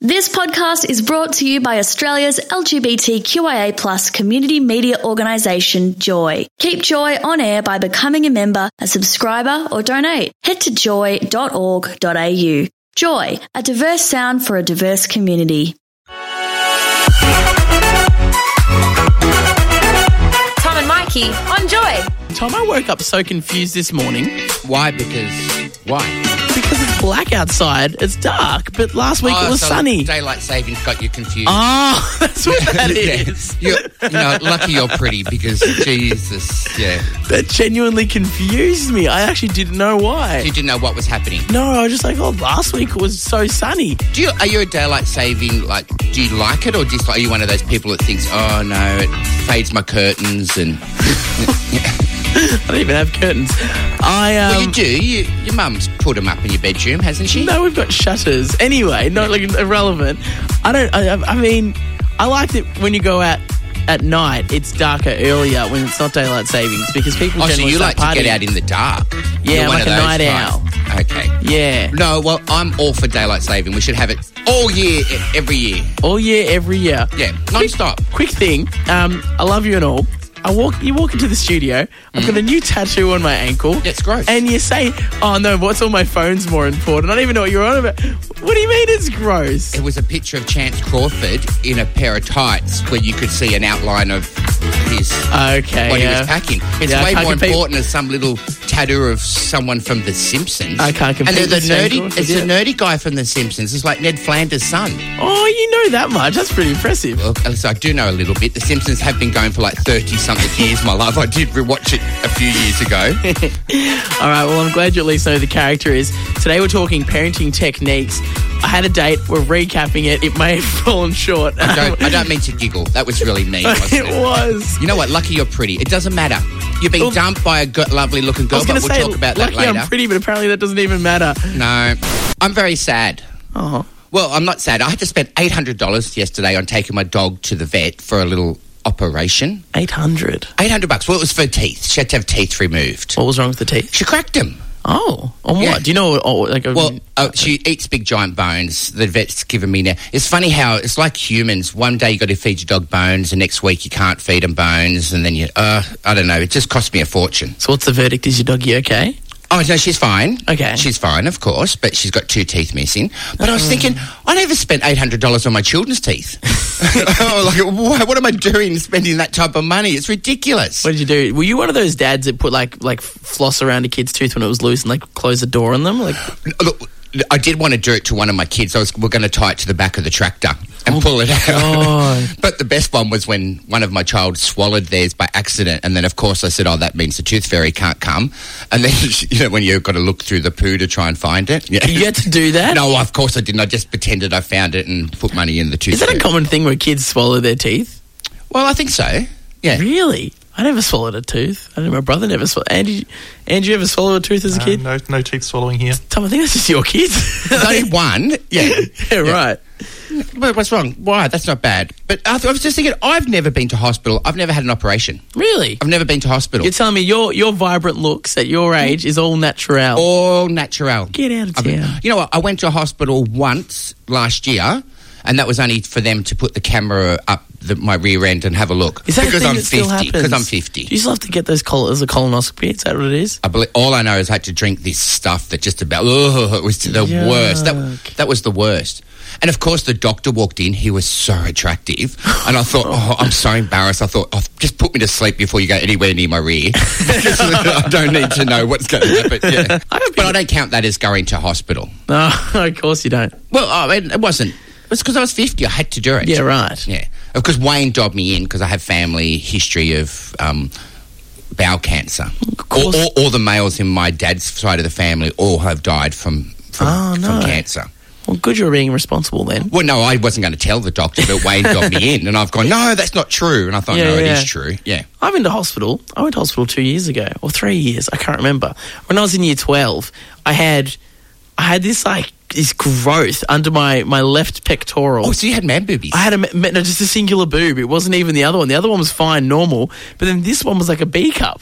This podcast is brought to you by Australia's LGBTQIA plus community media organisation, Joy. Keep Joy on air by becoming a member, a subscriber or donate. Head to joy.org.au. Joy, a diverse sound for a diverse community. Tom and Mikey on Joy. Tom, I woke up so confused this morning Why? Because why? because it's black outside. It's dark, but last week it was Oh, so sunny. Daylight savings got you confused. Oh, that's what that Yeah. is. You're, you know, lucky you're pretty because Jesus, yeah, That genuinely confused me. I actually didn't know why. you didn't know what was happening. No, I was just like, oh, last week was so sunny. Do you? Are you a daylight saving? Like, do you like it or just are you one of those people that thinks, oh no, it fades my curtains and I don't even have curtains. I um, well, you do. You, your mum's put them up in your bedroom, hasn't she? No, we've got shutters. Anyway, not like irrelevant. I don't. I, I mean, I liked it when you go out at night. It's darker earlier when it's not daylight savings because people. Oh, so generally you start like to get partying. out in the dark? Yeah, You're one like of a those night owl. types. Okay. Yeah, No, well, I'm all for daylight saving. We should have it all year, e- every year. all year, every year. Yeah, non-stop. Quick thing. Um, I love you and all. I walk. You walk into the studio. I've got a new tattoo on my ankle. Mm. That's gross. And you say, "Oh no, what's on my phone's more important." I don't even know what you're on about. What do you mean it's gross? It was a picture of Chance Crawford in a pair of tights where you could see an outline of his Okay. what he Uh, yeah. was packing. It's Yeah, I way can't more compete- important as some little tattoo of someone from The Simpsons. I can't And compete there's a with Chance nerdy, Crawford, it's yeah. a nerdy guy from The Simpsons. It's like Ned Flanders' son. Oh, you know that much. That's pretty impressive. Well, so I do know a little bit. The Simpsons have been going for like thirty something years. My love, I did rewatch it a few years ago. All right, well, I'm glad you at least know who the character is. Today we're talking parenting techniques. I had a date, we're recapping it. It may have fallen short. I don't, I don't mean to giggle. That was really mean. Wasn't it was. You know what? Lucky you're pretty. It doesn't matter. You've been Well, dumped by a go- lovely looking I girl, was but going we'll to say, talk about lucky that later. I'm pretty, but apparently that doesn't even matter. No, I'm very sad. Oh, Well, I'm not sad. I had to spend $800 yesterday on taking my dog to the vet for a little operation. 800. 800 bucks. Well, it was for teeth. She had to have teeth removed. What was wrong with the teeth? She cracked them. Oh, on what? Yeah. Do you know? Oh, like a, Well, oh, she eats big giant bones. The vet's given me now. It's funny how it's like humans. One day you got to feed your dog bones, the next week you can't feed them bones, and then you, uh, I don't know. It just cost me a fortune. so what's the verdict? Is your doggy okay? Oh no, she's fine. Okay. Oh. she's fine, of course, but she's got two teeth missing. But I was thinking, I never spent eight hundred dollars on my children's teeth. Oh, like, why- what am I doing spending that type of money? It's ridiculous. What did you do? Were you one of those dads that put like like floss around a kid's tooth when it was loose and like close the door on them? Like, Look, I did want to do it to one of my kids. I was we're going to tie it to the back of the tractor and pull it out. Oh God. but the best one was when one of my child swallowed theirs by accident, and then of course I said, "Oh, that means the tooth fairy can't come." And then you know when you've got to look through the poo to try and find it. Yeah. you had to do that? No, of course I didn't. I just pretended I found it and put money in the tooth. Is that a fairy. common thing where kids swallow their teeth? Well, I think so. Yeah. Really? I never swallowed a tooth. I know my brother never swallowed. Andy, Andrew ever swallowed a tooth as a Uh, kid? no, no teeth swallowing here. Tom, I think that's just your kids. There's only one. Yeah. yeah, right. But what's wrong? Why? That's not bad. But I, th- I was just thinking, I've never been to hospital. I've never had an operation. Really? I've never been to hospital. You're telling me your your vibrant looks at your age is all natural. all natural. Get out of I've been- town. You know what? I went to hospital once last year, and that was only for them to put the camera up the, my rear end and have a look. is that because a thing I'm that 50, still happens? Because I'm 50. Do you still have to get those col- as a colonoscopy? Is that what it is? I believe all I know is I had to drink this stuff that just about oh it was the worst. That Yuck. that was the worst. And of course, the doctor walked in. He was so attractive, and I thought, oh, I'm so embarrassed. I thought, oh, just put me to sleep before you go anywhere near my rear. Because I don't need to know what's going to happen. Yeah. But I don't count that as going to hospital. No, of course you don't. Well, I mean, it wasn't. It was because I was 50. I had to do it. Yeah, right. Yeah. Of course, Wayne dobbed me in because I have family history of um, bowel cancer. All, course. all, all the males in my dad's side of the family all have died from, from, Oh, from no. cancer. Well, good you're being responsible then. Well, no, I wasn't going to tell the doctor, but Wayne dobbed me in. And I've gone, no, that's not true. And I thought, Yeah, no, yeah. it is true. Yeah. I went to hospital. I went to hospital two years ago or three years. I can't remember. When I was in year twelve, I had, I had this like this growth under my my left pectoral. Oh, so you had man boobies. I had a ma- ma- no, just a singular boob. It wasn't even the other one. The other one was fine, normal, but then this one was like a B cup.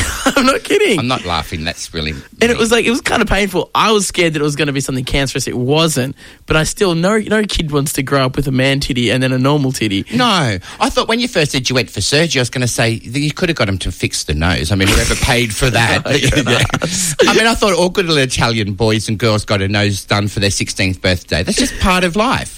I'm not kidding. I'm not laughing. That's really. and it was like it was kind of painful. I was scared that it was going to be something cancerous. It wasn't, but I still no no kid wants to grow up with a man titty and then a normal titty. No, I thought when you first said you went for surgery, I was going to say that you could have got him to fix the nose. I mean, whoever paid for that. Yeah. I mean, I thought all good little Italian boys and girls got a nose done for their 16th birthday. That's just part of life.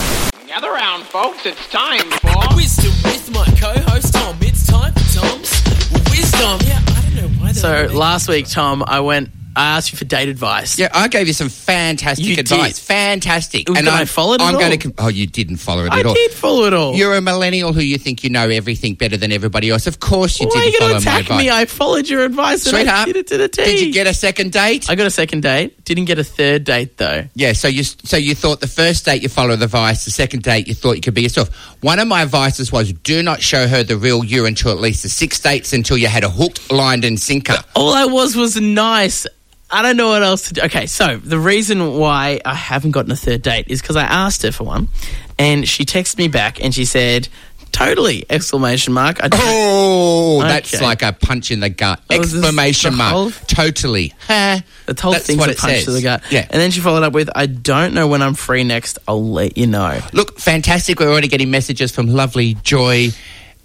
Gather round, folks. It's time for. Wisdom with my co-host Tom. It's time for Tom's wisdom. Yeah, I don't know why. they So don't make- last week, Tom, I went. I asked you for date advice. Yeah, I gave you some fantastic You did. advice. Fantastic. Did I I'm- follow it at I'm all? going to. Oh, you didn't follow it I at all. did follow it all. You're a millennial who you think you know everything better than everybody else. Of course, you Why are didn't you follow going to attack my me? advice. I followed your advice and I Sweetheart, did it to the T. did you get a second date? I got a second date. Didn't get a third date though. Yeah, so you so you thought the first date you follow the vice, the second date you thought you could be yourself. One of my vices was do not show her the real you until at least the six dates until you had a hooked, lined, and sinker. All I was was nice. I don't know what else to do. Okay, so the reason why I haven't gotten a third date is because I asked her for one, and she texted me back and she said, "Totally!" Exclamation mark. I Oh, that's Okay. like a punch in the gut! Oh, is this Exclamation the mark! whole- totally. Huh. The whole Oh. That's thing's what a it punch to says. the gut. Yeah. And then she followed up with, "I don't know when I'm free next. I'll let you know." Look, fantastic. We're already getting messages from lovely Joy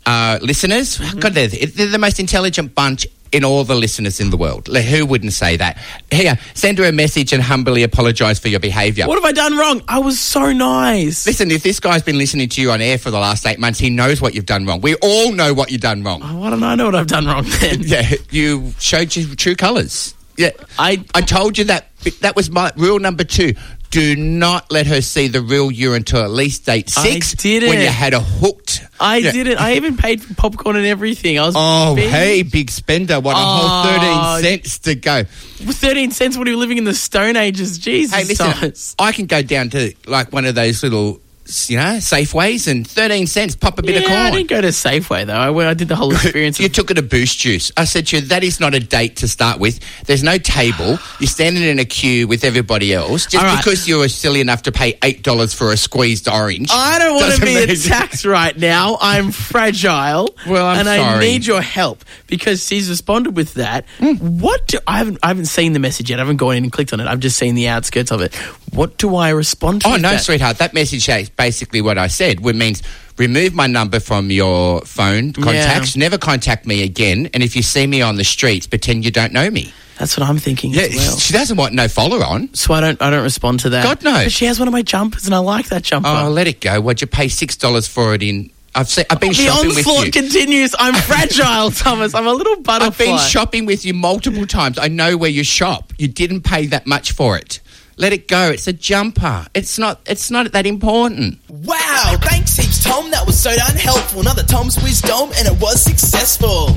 uh, listeners. Mm-hmm. God, they're, they're the most intelligent bunch in all the listeners in the world. Like, who wouldn't say that? Here, send her a message and humbly apologise for your behaviour. What have I done wrong? I was so nice. Listen, if this guy's been listening to you on air for the last eight months, he knows what you've done wrong. We all know what you've done wrong. Why don't I know what I've done wrong then? Yeah, you showed your true colours. Yeah, I- I told you that. That was my rule number two. Do not let her see the real you until at least date I six. did when it. you had a hooked. I Yeah. didn't. I even paid for popcorn and everything. I was Oh, being- hey, big spender. What a Oh. whole 13 cents to go. thirteen cents. What are you living in the Stone Ages? Jesus, Hey, listen, Thomas. I can go down to like one of those little, you know, Safeways and 13 cents, pop a bit yeah, I of corn. didn't go to Safeway though. I, went, I did the whole experience. You of, took it to Boost Juice. I said to you, that is not a date to start with. There's no table. You're standing in a queue with everybody else. Just All right. because you were silly enough to pay $8 for a squeezed orange. I don't want to doesn't be mean- attacked right now. I'm fragile. Well, I'm and I sorry. need your help because she's responded with that. What do I haven't? I haven't seen the message yet. I haven't gone in and clicked on it. I've just seen the outskirts of it. What do I respond to? Oh with no, that? sweetheart, that message is basically what I said. Which means remove my number from your phone contacts. Never contact me again. And if you see me on the streets, pretend you don't know me. That's what I'm thinking Yeah, as well. she doesn't want no follower on. So I don't. I don't respond to that. God, no. But she has one of my jumpers, and I like that jumper. Oh, let it go. What'd you pay six dollars for it in? I've seen, I've been the shopping with onslaught you. continues. I'm fragile, Thomas. I'm a little butterfly. I've been shopping with you multiple times. I know where you shop. You didn't pay that much for it. Let it go. It's a jumper. It's not. It's not that important. Wow, thanks heaps, Tom. That was so unhelpful. Another Tom's wisdom, and it was successful.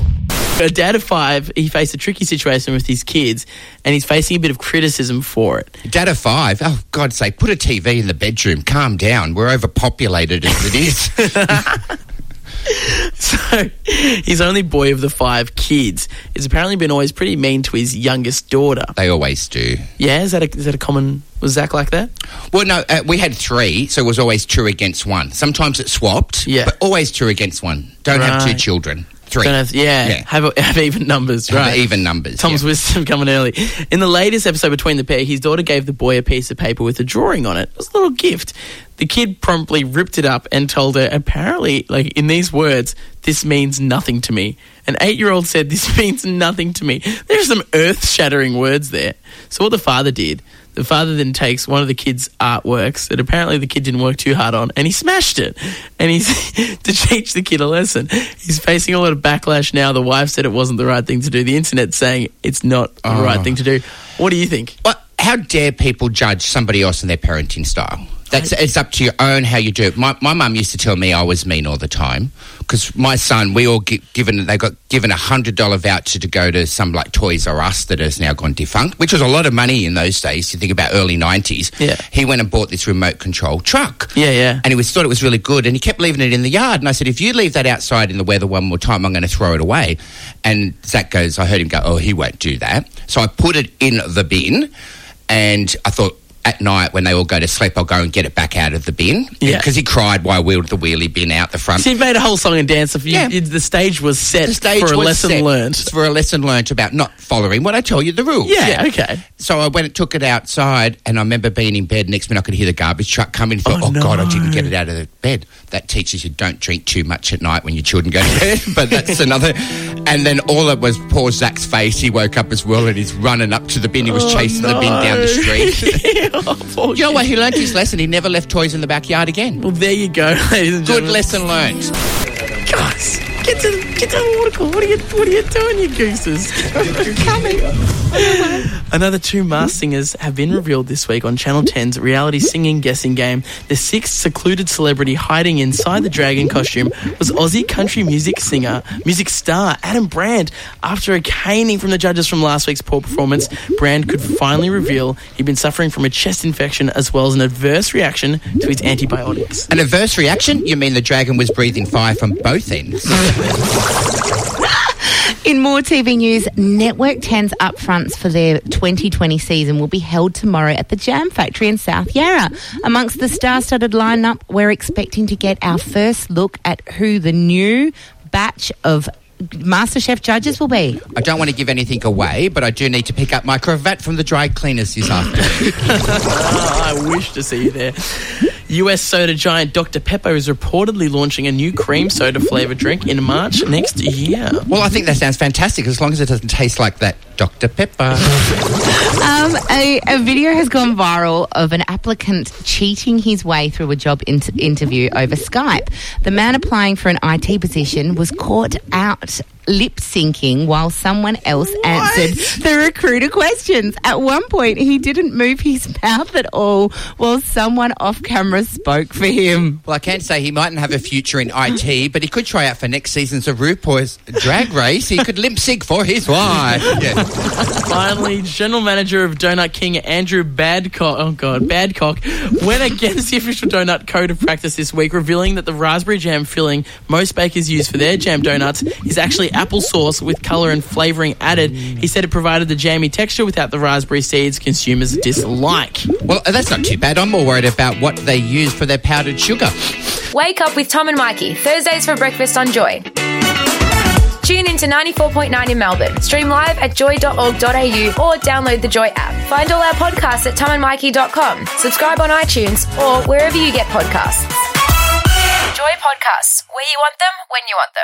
A dad of five, he faced a tricky situation with his kids, and he's facing a bit of criticism for it. Dad of five. Oh, God's sake, put a TV in the bedroom. Calm down. We're overpopulated as it is. So, his only boy of the five kids has apparently been always pretty mean to his youngest daughter. they always do. Yeah, is that a, is that a common? Was Zach like that? Well, no, uh, we had three, so it was always two against one. Sometimes it swapped, Yeah. but always two against one. Don't have two Right. children. 3 Don't have- yeah, Yeah. Have, have even numbers, Have right? even numbers, Tom's yeah. wisdom coming early. In the latest episode between the pair, his daughter gave the boy a piece of paper with a drawing on it. It was a little gift. The kid promptly ripped it up and told her, apparently, like in these words, this means nothing to me. An eight year old said, This means nothing to me. There's some earth shattering words there. So, what the father did, the father then takes one of the kid's artworks that apparently the kid didn't work too hard on and he smashed it. And he's to teach the kid a lesson. He's facing a lot of backlash now. The wife said it wasn't the right thing to do. The internet's saying it's not Ah. the right thing to do. What do you think? Well, how dare people judge somebody else and their parenting style? That's it's up to your own how you do it. My my mum used to tell me I was mean all the time because my son, we all get given they got given a hundred dollar voucher to go to some like Toys R Us that has now gone defunct, which was a lot of money in those days. You think about early nineties. Yeah. he went and bought this remote control truck. Yeah, yeah. and he was thought it was really good, and he kept leaving it in the yard. And I said, if you leave that outside in the weather one more time, I'm going to throw it away. And Zach goes, I heard him go, oh, he won't do that. So I put it in the bin, and I thought. at night when they all go to sleep, I'll go and get it back out of the bin. Yeah. Because he cried while I wheeled the wheelie bin out the front. So you made a whole song and dance. If you, Yeah. you- the stage was set the stage for a was lesson set learned. For a lesson learned about not following when I tell you the rules. Yeah, okay. So I went and took it outside, and I remember being in bed. Next minute, I could hear the garbage truck coming. Thought, Oh, oh, God, I no. didn't get it out of the bed. That teaches you don't drink too much at night when your children go to bed. but that's another. And then all it was poor Zach's face. He woke up as well, and he's running up to the bin. He was chasing the bin down the street. Oh, Poor you know kid. what? He learnt his lesson. He never left toys in the backyard again. Well, there you go, ladies and Good gentlemen. lesson learned. Guys, get to the, get to the waterfall. What are you What are you doing, you gooses? Coming. Another two masked singers have been revealed this week on Channel 10's reality singing guessing game. The sixth secluded celebrity hiding inside the dragon costume was Aussie country music singer, music star Adam Brand. After a caning from the judges from last week's poor performance, Brand could finally reveal he'd been suffering from a chest infection as well as an adverse reaction to his antibiotics. An adverse reaction? You mean the dragon was breathing fire from both ends? In more TV news, Network 10's upfronts for their 2020 season will be held tomorrow at the Jam Factory in South Yarra. Amongst the star studded lineup, we're expecting to get our first look at who the new batch of MasterChef judges will be. I don't want to give anything away, but I do need to pick up my cravat from the dry cleaners this afternoon. Ah, I wish to see you there. US soda giant Dr. Pepper is reportedly launching a new cream soda flavored drink in March next year. well, I think that sounds fantastic as long as it doesn't taste like that Dr. Pepper. Um, a, a video has gone viral of an applicant cheating his way through a job in- interview over Skype. The man applying for an IT position was caught out lip syncing while someone else answered the recruiter questions. At one point, he didn't move his mouth at all while someone off camera spoke for him. Well, I can say he mightn't have a future in IT, but he could try out for next season's of RuPaul's Drag Race. He could limp sig for his wife. Yeah. Finally, general manager of Donut King Andrew Badcock, oh god, Badcock, went against the official donut code of practice this week, revealing that the raspberry jam filling most bakers use for their jam donuts is actually applesauce with color and flavoring added. He said it provided the jammy texture without the raspberry seeds consumers dislike. Well, that's not too bad. I'm more worried about what they use for their powdered sugar. Wake up with Tom and Mikey, Thursdays for breakfast on Joy. Tune in to 94.9 in Melbourne. Stream live at joy.org.au or download the Joy app. Find all our podcasts at tomandmikey.com. Subscribe on iTunes or wherever you get podcasts. Joy Podcasts, where you want them, when you want them.